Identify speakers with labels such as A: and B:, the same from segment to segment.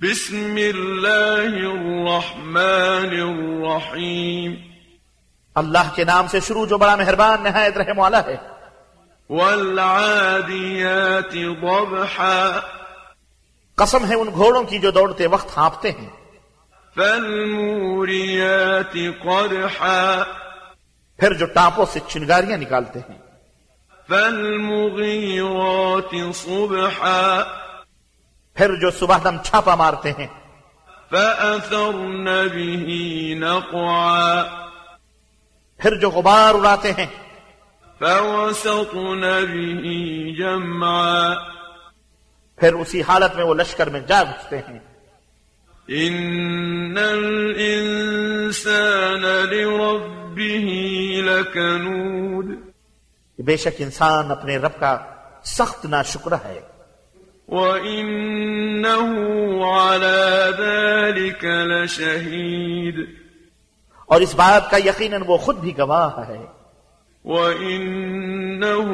A: بسم الله الرحمن الرحيم
B: अल्लाह के नाम से शुरू जो बड़ा मेहरबान नहायत रहम वाला है
A: والعاديات ضبحا
B: कसम है उन घोड़ों की जो दौड़ते वक्त हाँपते हैं
A: فالموريات قدحا
B: फिर जो टापों से चिनगारियां निकालते हैं
A: فالمغيرات صبحا
B: फिर जो सुबहदम छापा मारते हैं
A: فأثرن به نقعا
B: फिर जो गुबार उड़ाते हैं
A: فوسطن به جمعا
B: फिर उसी हालत में वो लश्कर में जा घुसते हैं
A: إن الإنسان لربه لكنود
B: बेशक इंसान अपने रब का सख्त नाशुक्र है
A: وإنه على ذلك لشهيد
B: और इस बात का यकीनन वो खुद भी गवाह है
A: وإنه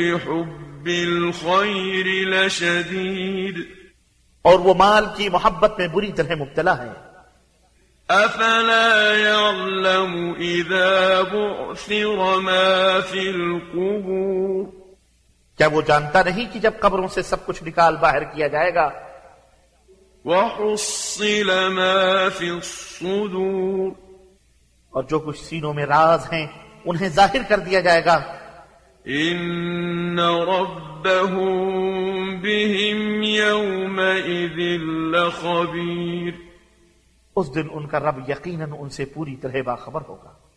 A: لحب الخير لشديد
B: और वो माल की मोहब्बत में बुरी तरह मुब्तला है
A: أفلا يعلم إذا بعثر ما في القبور
B: क्या वो जानता नहीं कि जब कब्रों से सब कुछ निकाल बाहर किया जाएगा
A: وحصل ما في الصدور
B: और जो कुछ सीनों में राज हैं उन्हें जाहिर कर दिया जाएगा
A: إن ربهم بهم يومئذ لخبير
B: उस दिन उनका रब यकीनन उनसे पूरी तरह बाखबर होगा